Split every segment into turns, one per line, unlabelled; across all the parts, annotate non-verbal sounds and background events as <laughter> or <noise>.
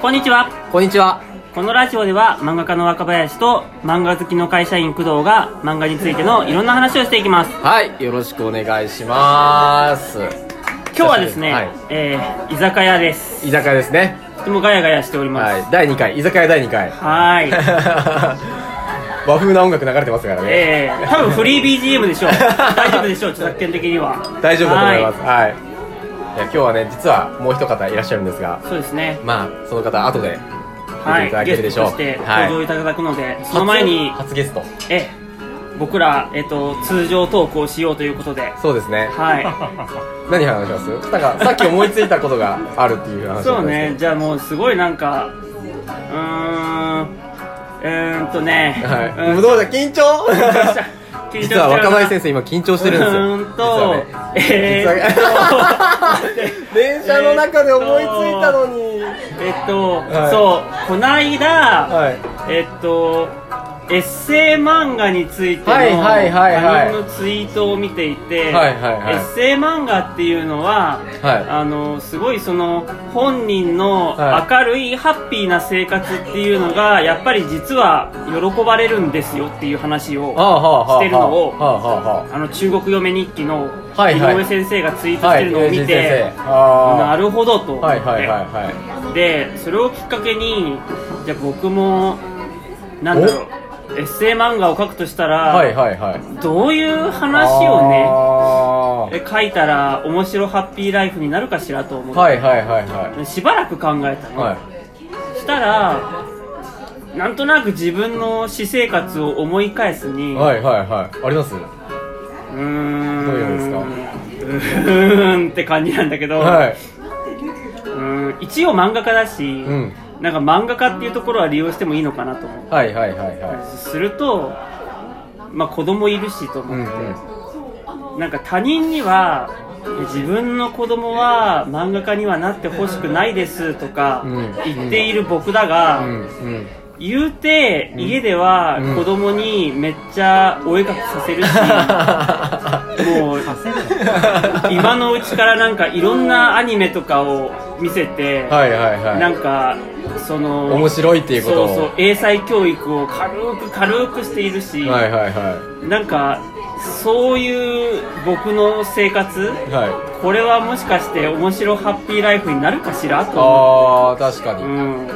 こんにちは
こんにちは。
このラジオでは漫画家の若林と漫画好きの会社員工藤が漫画についてのいろんな話をしていきます
はい、よろしくお願いします。
今日はですね、
はい
えー居酒屋です
居酒屋ですね。
とてもガヤガヤしております
はい、第2回、居酒屋第2
<laughs>
回。
はーい
<laughs> 和風な音楽流れてますからね。
えー、多分フリー BGM
<laughs>
でしょう大丈夫でしょう著作権的には
大丈夫だと思います。
は
はい。いや、今日はね、実はもう一方いらっしゃるんですが、
そうですね
まあ、その方、後で見ていた
は
だ
い
け
ゲ
るで
ス
しょう。
トとして登場いただくので、その前に
初初ゲスト。
えー僕ら、えっと通常トークをしようということで
そうですね。
はい
何話しますなんか、さっき思いついたことがあるっていう話
そう
だった
ね
んです
じゃあもうすごいなんかうーんうーんとね
けど。はい。
うーん
どうだ、緊張
緊張しち
<laughs> 実
ゃ
は
うな
若林先生今緊張してるんですよ
うーんと
実は <laughs>
えー
実はね電車の中で思いついたのに
えっと、
はい
そうこないだ
はい
えっとエッセイ漫画についての
はいはいはいはい
他人のツイートを見ていて、
はいはいはい
エッセイ漫画っていうのは、
はい
あのすごいその本人の
は
明るいハッピーな生活っていうのがやっぱり実は喜ばれるんですよっていう話を
ああはあはあ
してるのを
はあはあは
あの中国嫁日記の
はい
井
はい
上先生がツイー
あ
トしてるのを見
はい
て、
先生あ
な
る
るほどと思って、
はいはいはいは
でそれをきっかけにじゃあ僕もなんだろうエッセイ漫画を書くとしたら、
いはいはいはい
どういう話を
を
ねえ書いたら面白ハッピーライフになるかしらと思って、
はいはいはいは
しばらく考えた
い
の、
はい
したらなんとなく自分の私生活を思い返すに、
はいはいはいあります
うーん
どういうのですか
うーんって感じなんだけど、
は
うーん一応漫画家だし、
ん
なんか漫画家っていうところは利用してもいいのかなと思って
いはいはいはいはい
すると、まあ、子供いるしと
うんう
思っ
ん
て、なんか他人には自分の子供は漫画家にはなってほしくないですとか
うん
言っている僕だが、
うんうん
言うて家では
うん
子供にめっちゃお絵描きさせる
<laughs>
し、もう今のうちからなんかいろんなアニメとかを見せて、
はいはいはい
なんかその
面白いっていうことを
そうそう英才教育を軽く軽くしているし、
はいはいは
なんかそういう僕の生活
いはい
これはもしかして面白ハッピーライフになるかしらと思
ああ確か
う、
に、
うん、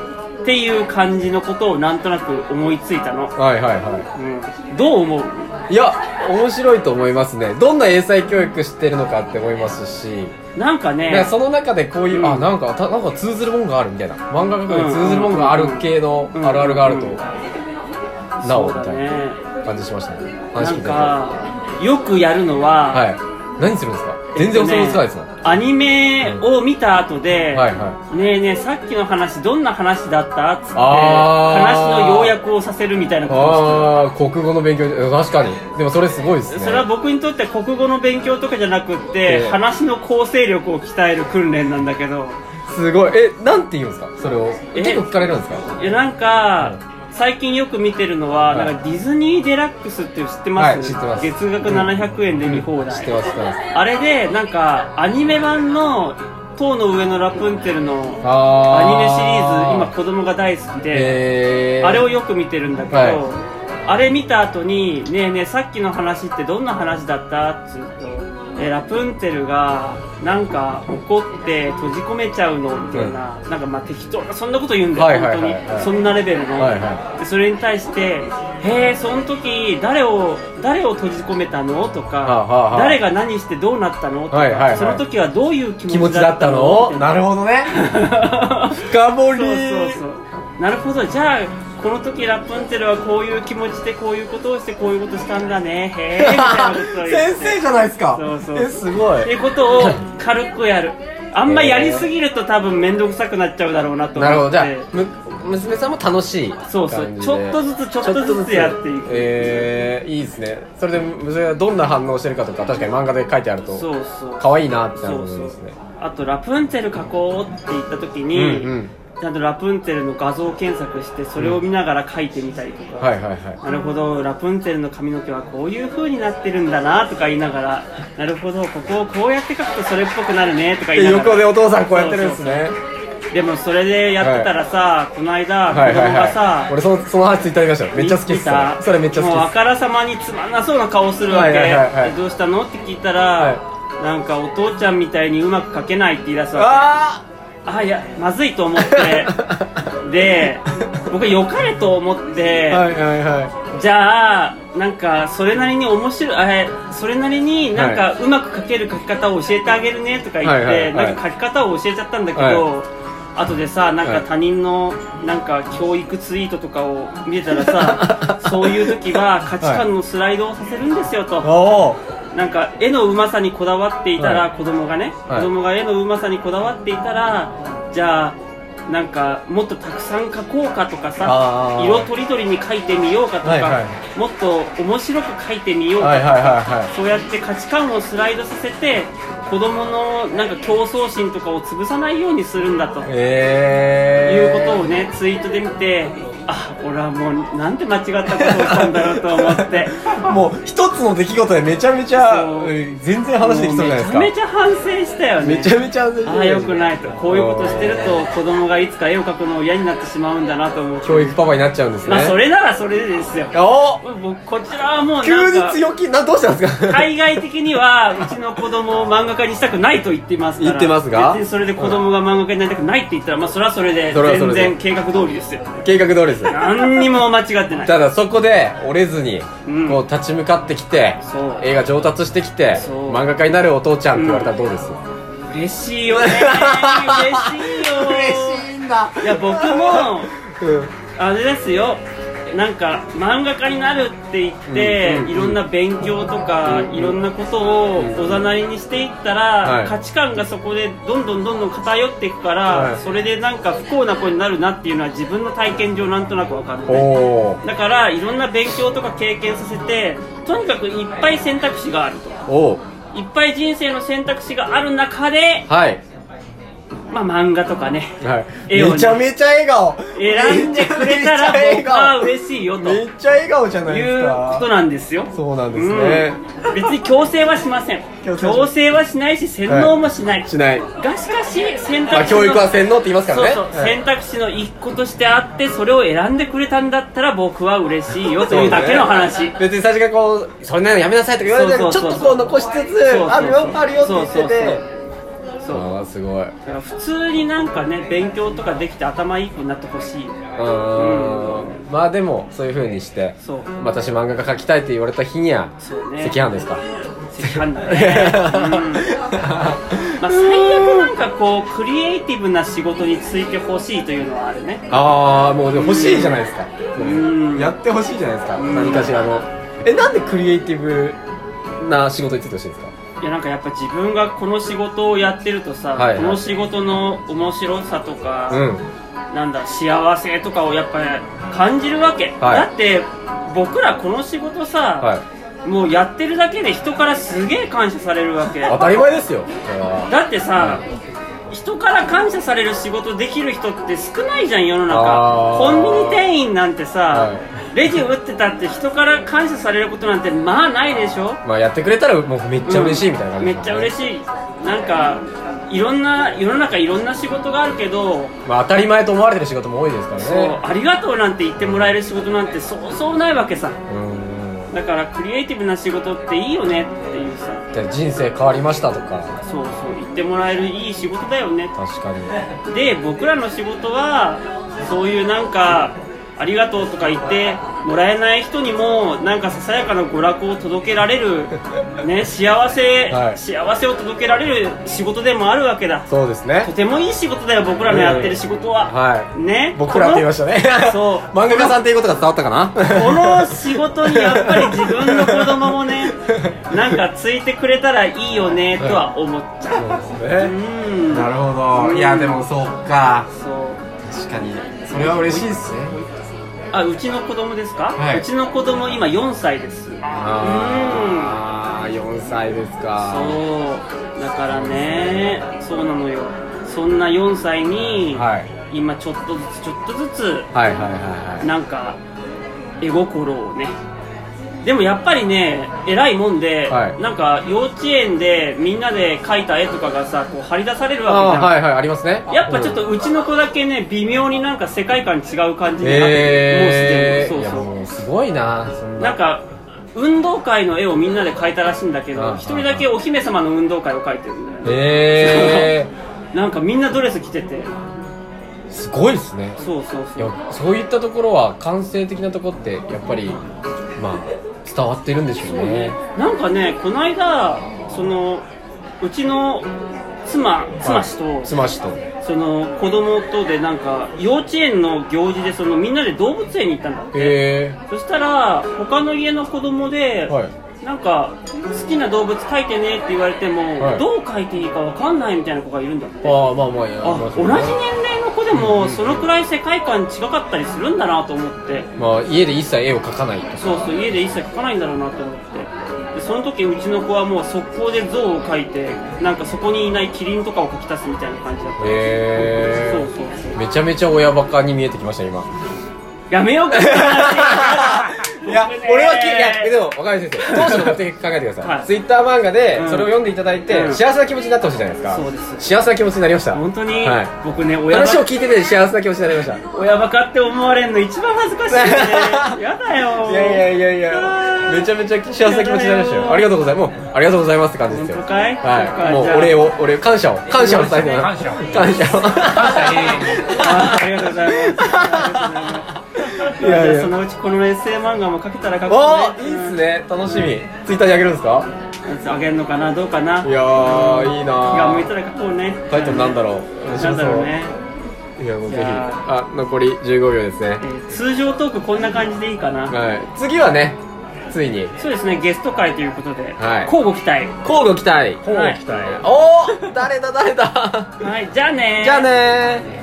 っていう感じのことをなんとなく思いついたの、
はいはいは
うん、どう思う
いいや面白いと思いますねどんな英才教育してるのかって思いますし、
なんか
なん
ね
かその中でこういう、
うん
あなんかたなんか通ずるもんがあるみたいな漫画学に通ずるもんがある系のあるあるがあると、
うんうん
なお
そう
み
だ
たい
ね
な感じしましたね話
な
聞い
ん
ては
かよくやるのは、
い何するんですか全然お想像つかないですもん、
アニメを見た後で、
はいは
ねえねえさっきの話どんな話だったっつって
あー
話の要約をさせるみたいなことをして
ああ国語の勉強うん確かにでもそれすごいですね
それは僕にとって国語の勉強とかじゃなくって、
ええ
話の構成力を鍛える訓練なんだけど
すごいえなんて言うんですかそれを
え
結構聞かれるんですか
いやなんか、最近よく見てるのは、
はい
なんかディズニーデラックスって知ってます,、
はい知ってます
月額700円で見放
知っ
題、
てます知ってます
あれでなんかアニメ版の「塔の上のラプンツェル」のアニメシリーズ今子供が大好きで、
えー、
あれをよく見てるんだけど、
は
あれ見た後に「ねえねえさっきの話ってどんな話だった?」っつうと。えラプンツェルがなんか怒って閉じ込めちゃうのみたいな、なんかまあ適当なそんなこと言うんだよ、
はいはいはいはい
本当にそんなレベルの、
はいは
でそれに対して「へえその時誰を誰を閉じ込めたの?」とか、
あはあ
誰が何してどうなったの?」とか、
はいはいはい
その時はどういう気
気
持
持
ち
ち
だ
だ
っ
ったた
の?
の
みたいな」
なるほどね
<laughs> そうそう <laughs> そ
深掘り
うなるほどじゃあこの時ラプンツェルはこういう気持ちでこういうことをしてこういうことしたんだねへえみたいなことを言
<laughs> 先
って
生じゃないですか
そうそう
えすご
ってい
いう
ことを軽くやるあんまやりすぎると多分面倒くさくなっちゃうだろうなと思って
なるほどじゃあむ娘さんも楽しい
そうそう
感じで
ちょっとずつちょっとずつやっていく
えー、いいですねそれで娘がどんな反応してるかとか確かに漫画で書いてある
そ
と
うそう
可愛いなってなる
そう
と思い
そ
ま
う
すね
あとラプンツェル描こうって言った時に、
うんうん
ちゃんとラプンツェルの画像検索してそれを見ながら描いてみたりとか、
はいはいはい
なるほどラプンツェルの髪の毛はこういう風になってるんだなとか言いながらなるほどここをこうやって描くとそれっぽくなるねとか
で
言いなが
横
ら
でお父さんこうやってるんですね
そでもそれでやってたらさ、この間子
はいはい
供がさ、
はい俺そのその話ツイッターで見ましためっちゃ好きっ
見
す
てた
それめっちゃ好
もうあ
きっ
からさまにつまんなそうな顔するわけ、
はいはいはいはい
でどうしたのって聞いたら、なんかお父ちゃんみたいにうまく描けないって言い出す
す
わ
あ
けあいやまずいと思ってで僕は良かれと思って、
ーはいはいは
じゃあなんかそれなりに面白いあれそれなりになんかうまく描ける描き方を教えてあげるねとか言って、
はいはいはい
なんか描き方を教えちゃったんだけど、
は
後でさなん
は
か
い
他人のなんか教育ツイートとかを見てたら
<laughs>
さそういう時は価値観のスライドをさせるんですよと、
いおー
なんか絵のうまさにこだわっていたら、
は
子供がね、
はい
子供が絵のうまさにこだわっていたらじゃあなんかもっとたくさん描こうかとか
あ
さ
ー
色とりどりに描いてみようかとか、
はいは
もっと面白く描いてみようか
はい
とか、
はいはいはい
そうやって価値観をスライドさせて子供のなんか競争心とかを潰さないようにするんだと、
え
いう
ー、
ことをねツイートで見てあ俺はもうなんて間違ったことをしたんだろうと思って。
もう一つの出来事でめちゃめちゃ
そう
うん全然 <laughs> 話できそうじゃないですか
もうめちゃめちゃ反省したよね
めちゃめちゃ反省してる
ああよくないとこういうことしてると子供がいつか絵を描くのを嫌になってしまうんだなと思う
教育パパになっちゃうんです
ま
ね
あそれならそれでですよ
お
僕こちらはもう
急に
なんか
強気などうしたんですか
海外的にはうちの子供を漫画家にしたくないと言ってますから
言ってますが
別にそれで子供が漫画家になりたくないって言ったらまあそれはそれで
それはそれ
全
で
然計画通りですよ
<laughs> 計画通りです
何にも間違ってない
ただ <laughs> そこで折れずに
うん
こう立ち向かってきて、
そう
映画上達してきて
そう
漫画家になるお父ちゃんって言われたらどうです、
嬉しいよね嬉しいよ
いんだ
いや僕も
うん
あれですよなんか漫画家になるって言って、
うんうんうん
いろんな勉強とか、
うんうん
いろんなことをおざなりにしていったら、
はい
価値観がそこでどんどんどんどん偏っていくから、
はい
それでなんか不幸な子になるなっていうのは自分の体験上なんとなく分かる
おー
だからいろんな勉強とか経験させてとにかくいっぱい選択肢があると
おー
いっぱい人生の選択肢がある中で、
はい、
まあ、漫画とかね
はい、
絵をね
めちゃめちゃ笑顔
選んでくれたら
めっち
僕は
ゃ笑
嬉しいよ
顔
と
め
いう
っちゃ笑顔じゃないです
こ
か
となんですよ
そうなんですね、
うん別に強制はしません
強制はし
強制はしないし洗脳もしない、
しない
がしかし選択肢の、
まあ教育は洗脳って言いますからね
そうそう、
はい
選択肢の一個としてあってそれを選んでくれたんだったら僕は嬉しいよというだけの話
別に最初からこうそれなのやめなさいとか言われてるけどち
そう
ょ
そう
っ
そ
と
う
こう残しつ
そうそう
つあるよあるよって言って
そうそう
て
そうそう
ああすごい
だから普通になんかね勉強とかできて頭いい子になってほしい
うんまあでもそういう風にして
そう
私漫画家描きたいって言われた日には
そうね
赤飯ですか
赤
<laughs>
飯だね、うんまあ、最悪なんかこうクリエイティブな仕事についてほしいというのはあるね
ああもうでも欲しいじゃないですか
ん
やってほしいじゃないですか
うん
何かしらのえなんでクリエイティブな仕事についてほしいんですか
いやなんかやっぱ自分がこの仕事をやってるとさ、
はいはい
この仕事の面白さとか、
うん
なんだ幸せとかをやっぱり感じるわけ、
はい
だって僕らこの仕事さ、
はい
もうやってるだけで人からすげえ感謝されるわけ
当
だ
たり前ですよそれは
ってさ、人から感謝される仕事できる人って少ないじゃん世の
あ
中
ー
コンビニ店員なんてさ、
は
レジ打ってたって人から感謝されることなんてまあないでしょ
まあやってくれたらもうめっちゃ嬉しいみたいな感じ
めっちゃ嬉
しい
しいなんかいろんな世の中いろんな仕事があるけど、
まあ当たり前と思われてる仕事も多いですからね
そうありがとうなんて言ってもらえる仕事なんてそうそうないわけさ
うん
だからクリエイティブな仕事っていいよねっていうさ
で人生変わりましたとか
そうそう言ってもらえるいい仕事だよね
確かに
で僕らの仕事はそういうなんかありがとうとか言ってもらえない人にもなんかささやかな娯楽を届けられる、ね、幸せ、
はい
幸せを届けられる仕事でもあるわけだ
そうですね
とてもいい仕事だよ僕らのやってる仕事は、
はい
ね
<laughs> 僕らって言いましたね
そう
<laughs> 漫画家さんっていうことが伝わったかな
この仕事にやっぱり自分の子供も
<laughs>
ねなんかついてくれたらいいよねとは思っちゃう
そうです
う
ね
ん
なるほどいやでもそうか
そう
確かにそれは嬉しいですね
あうちの子供ですか、
はいう
ちの子供今4歳です
ああ4歳ですか
そうだからねそうなのよそんな4歳に、
はい
今ちょっとずつちょっとずつ
はいはいはいはい
なんか絵心をねでもやっぱりね偉いもんで、
はい
なんか幼稚園でみんなで描いた絵とかがさこう張り出される
あ
わけじゃん、
はいはいありますね
やっぱちょっ
う
と
ん
うちの子だけね微妙になんか世界観違う感じで、
えー、
もうす
い
で
や
にそうそう
もうすごいなそんな
なんか運動会の絵をみんなで描いたらしいんだけ
うん
ど一人だけお姫様の運動会を描いてるんだよね
え
なんかみんなドレス着てて
ー、すごいですね
そうそう
い
そう
やそういったところは感性的なところってやっぱりまあ伝わってるんでしょう
そうね
ね
なんかねこの間そのうちの妻妻氏と、
スマッシュと
その子供とでなんか幼稚園の行事でそのみんなで動物園に行ったんだって、
え
そしたら他の家の子供で、
ー、はい
なんか好きな動物描いてねって言われても、
はい
どう描いていいかわかんないみたいな子がいるんだって
ああまあまあいや
あ
ま
同
あ
じ年齢の子で
うんう
も
ん
そのくらい世界観違かったりするんだなと思って
まあ家で一切絵を描かないと
そうそう家で一切描かないんだろうなと思ってでその時うちの子はもう速攻で象を描いてなんかそこにいないキリンとかを描き足すみたいな感じだった
へ
そう
ー
そうそう
めちゃめちゃ親バカに見えてきました
<laughs>
今
やめようか
<laughs> いや、
僕ね
俺はき、いや、でも、若林先生、当初の目的考えてくださ。
はいい
ツイッター漫画で
う、ん
それを読んでいただいて、
うん
幸せな気持ちになってほしいじゃないですか。
そうです
幸せな気持ちになりました。
本当に、
は
僕ね
い。
親バ
話を聞いてて、幸せな気持ちになりました。
親バカって思われるの一番恥ずかしいよ
<laughs>
ねやだよ
いやいやいやいや
あ、ー
めちゃめちゃ幸せな気持ちになり
や
ました
だ
よ。
よ
ありがとうございます。もう、ありがとうございますって感じですよ。
本当かいそっ
は
か
い。もう
じゃ、あ
お礼を、お礼を、感謝を、感謝を伝えてま
感
す。
謝を
感謝を。
感謝に
あーありがとうございますありがとうございます
いやいや
じゃあそのうちこのエッセイ漫画も描けたら描
お
く
ー、いいっすね。楽しみ。ツイッターにあげるんですか
あげんのかなどうかない
やー、いい
気が
な
向い
ー
たら書こうね
タイトルなんだろう。
なんだろうね、
いやもうぜ
い
ひ
や
あ残り15秒ですね
えー通常トークこんな感じでいいかな、
はい次はねついに
そうですねゲスト会ということで、
はい
交互期待
交互期待
こう来たい
おお誰だ誰だ
はいじゃあねー
じゃあねー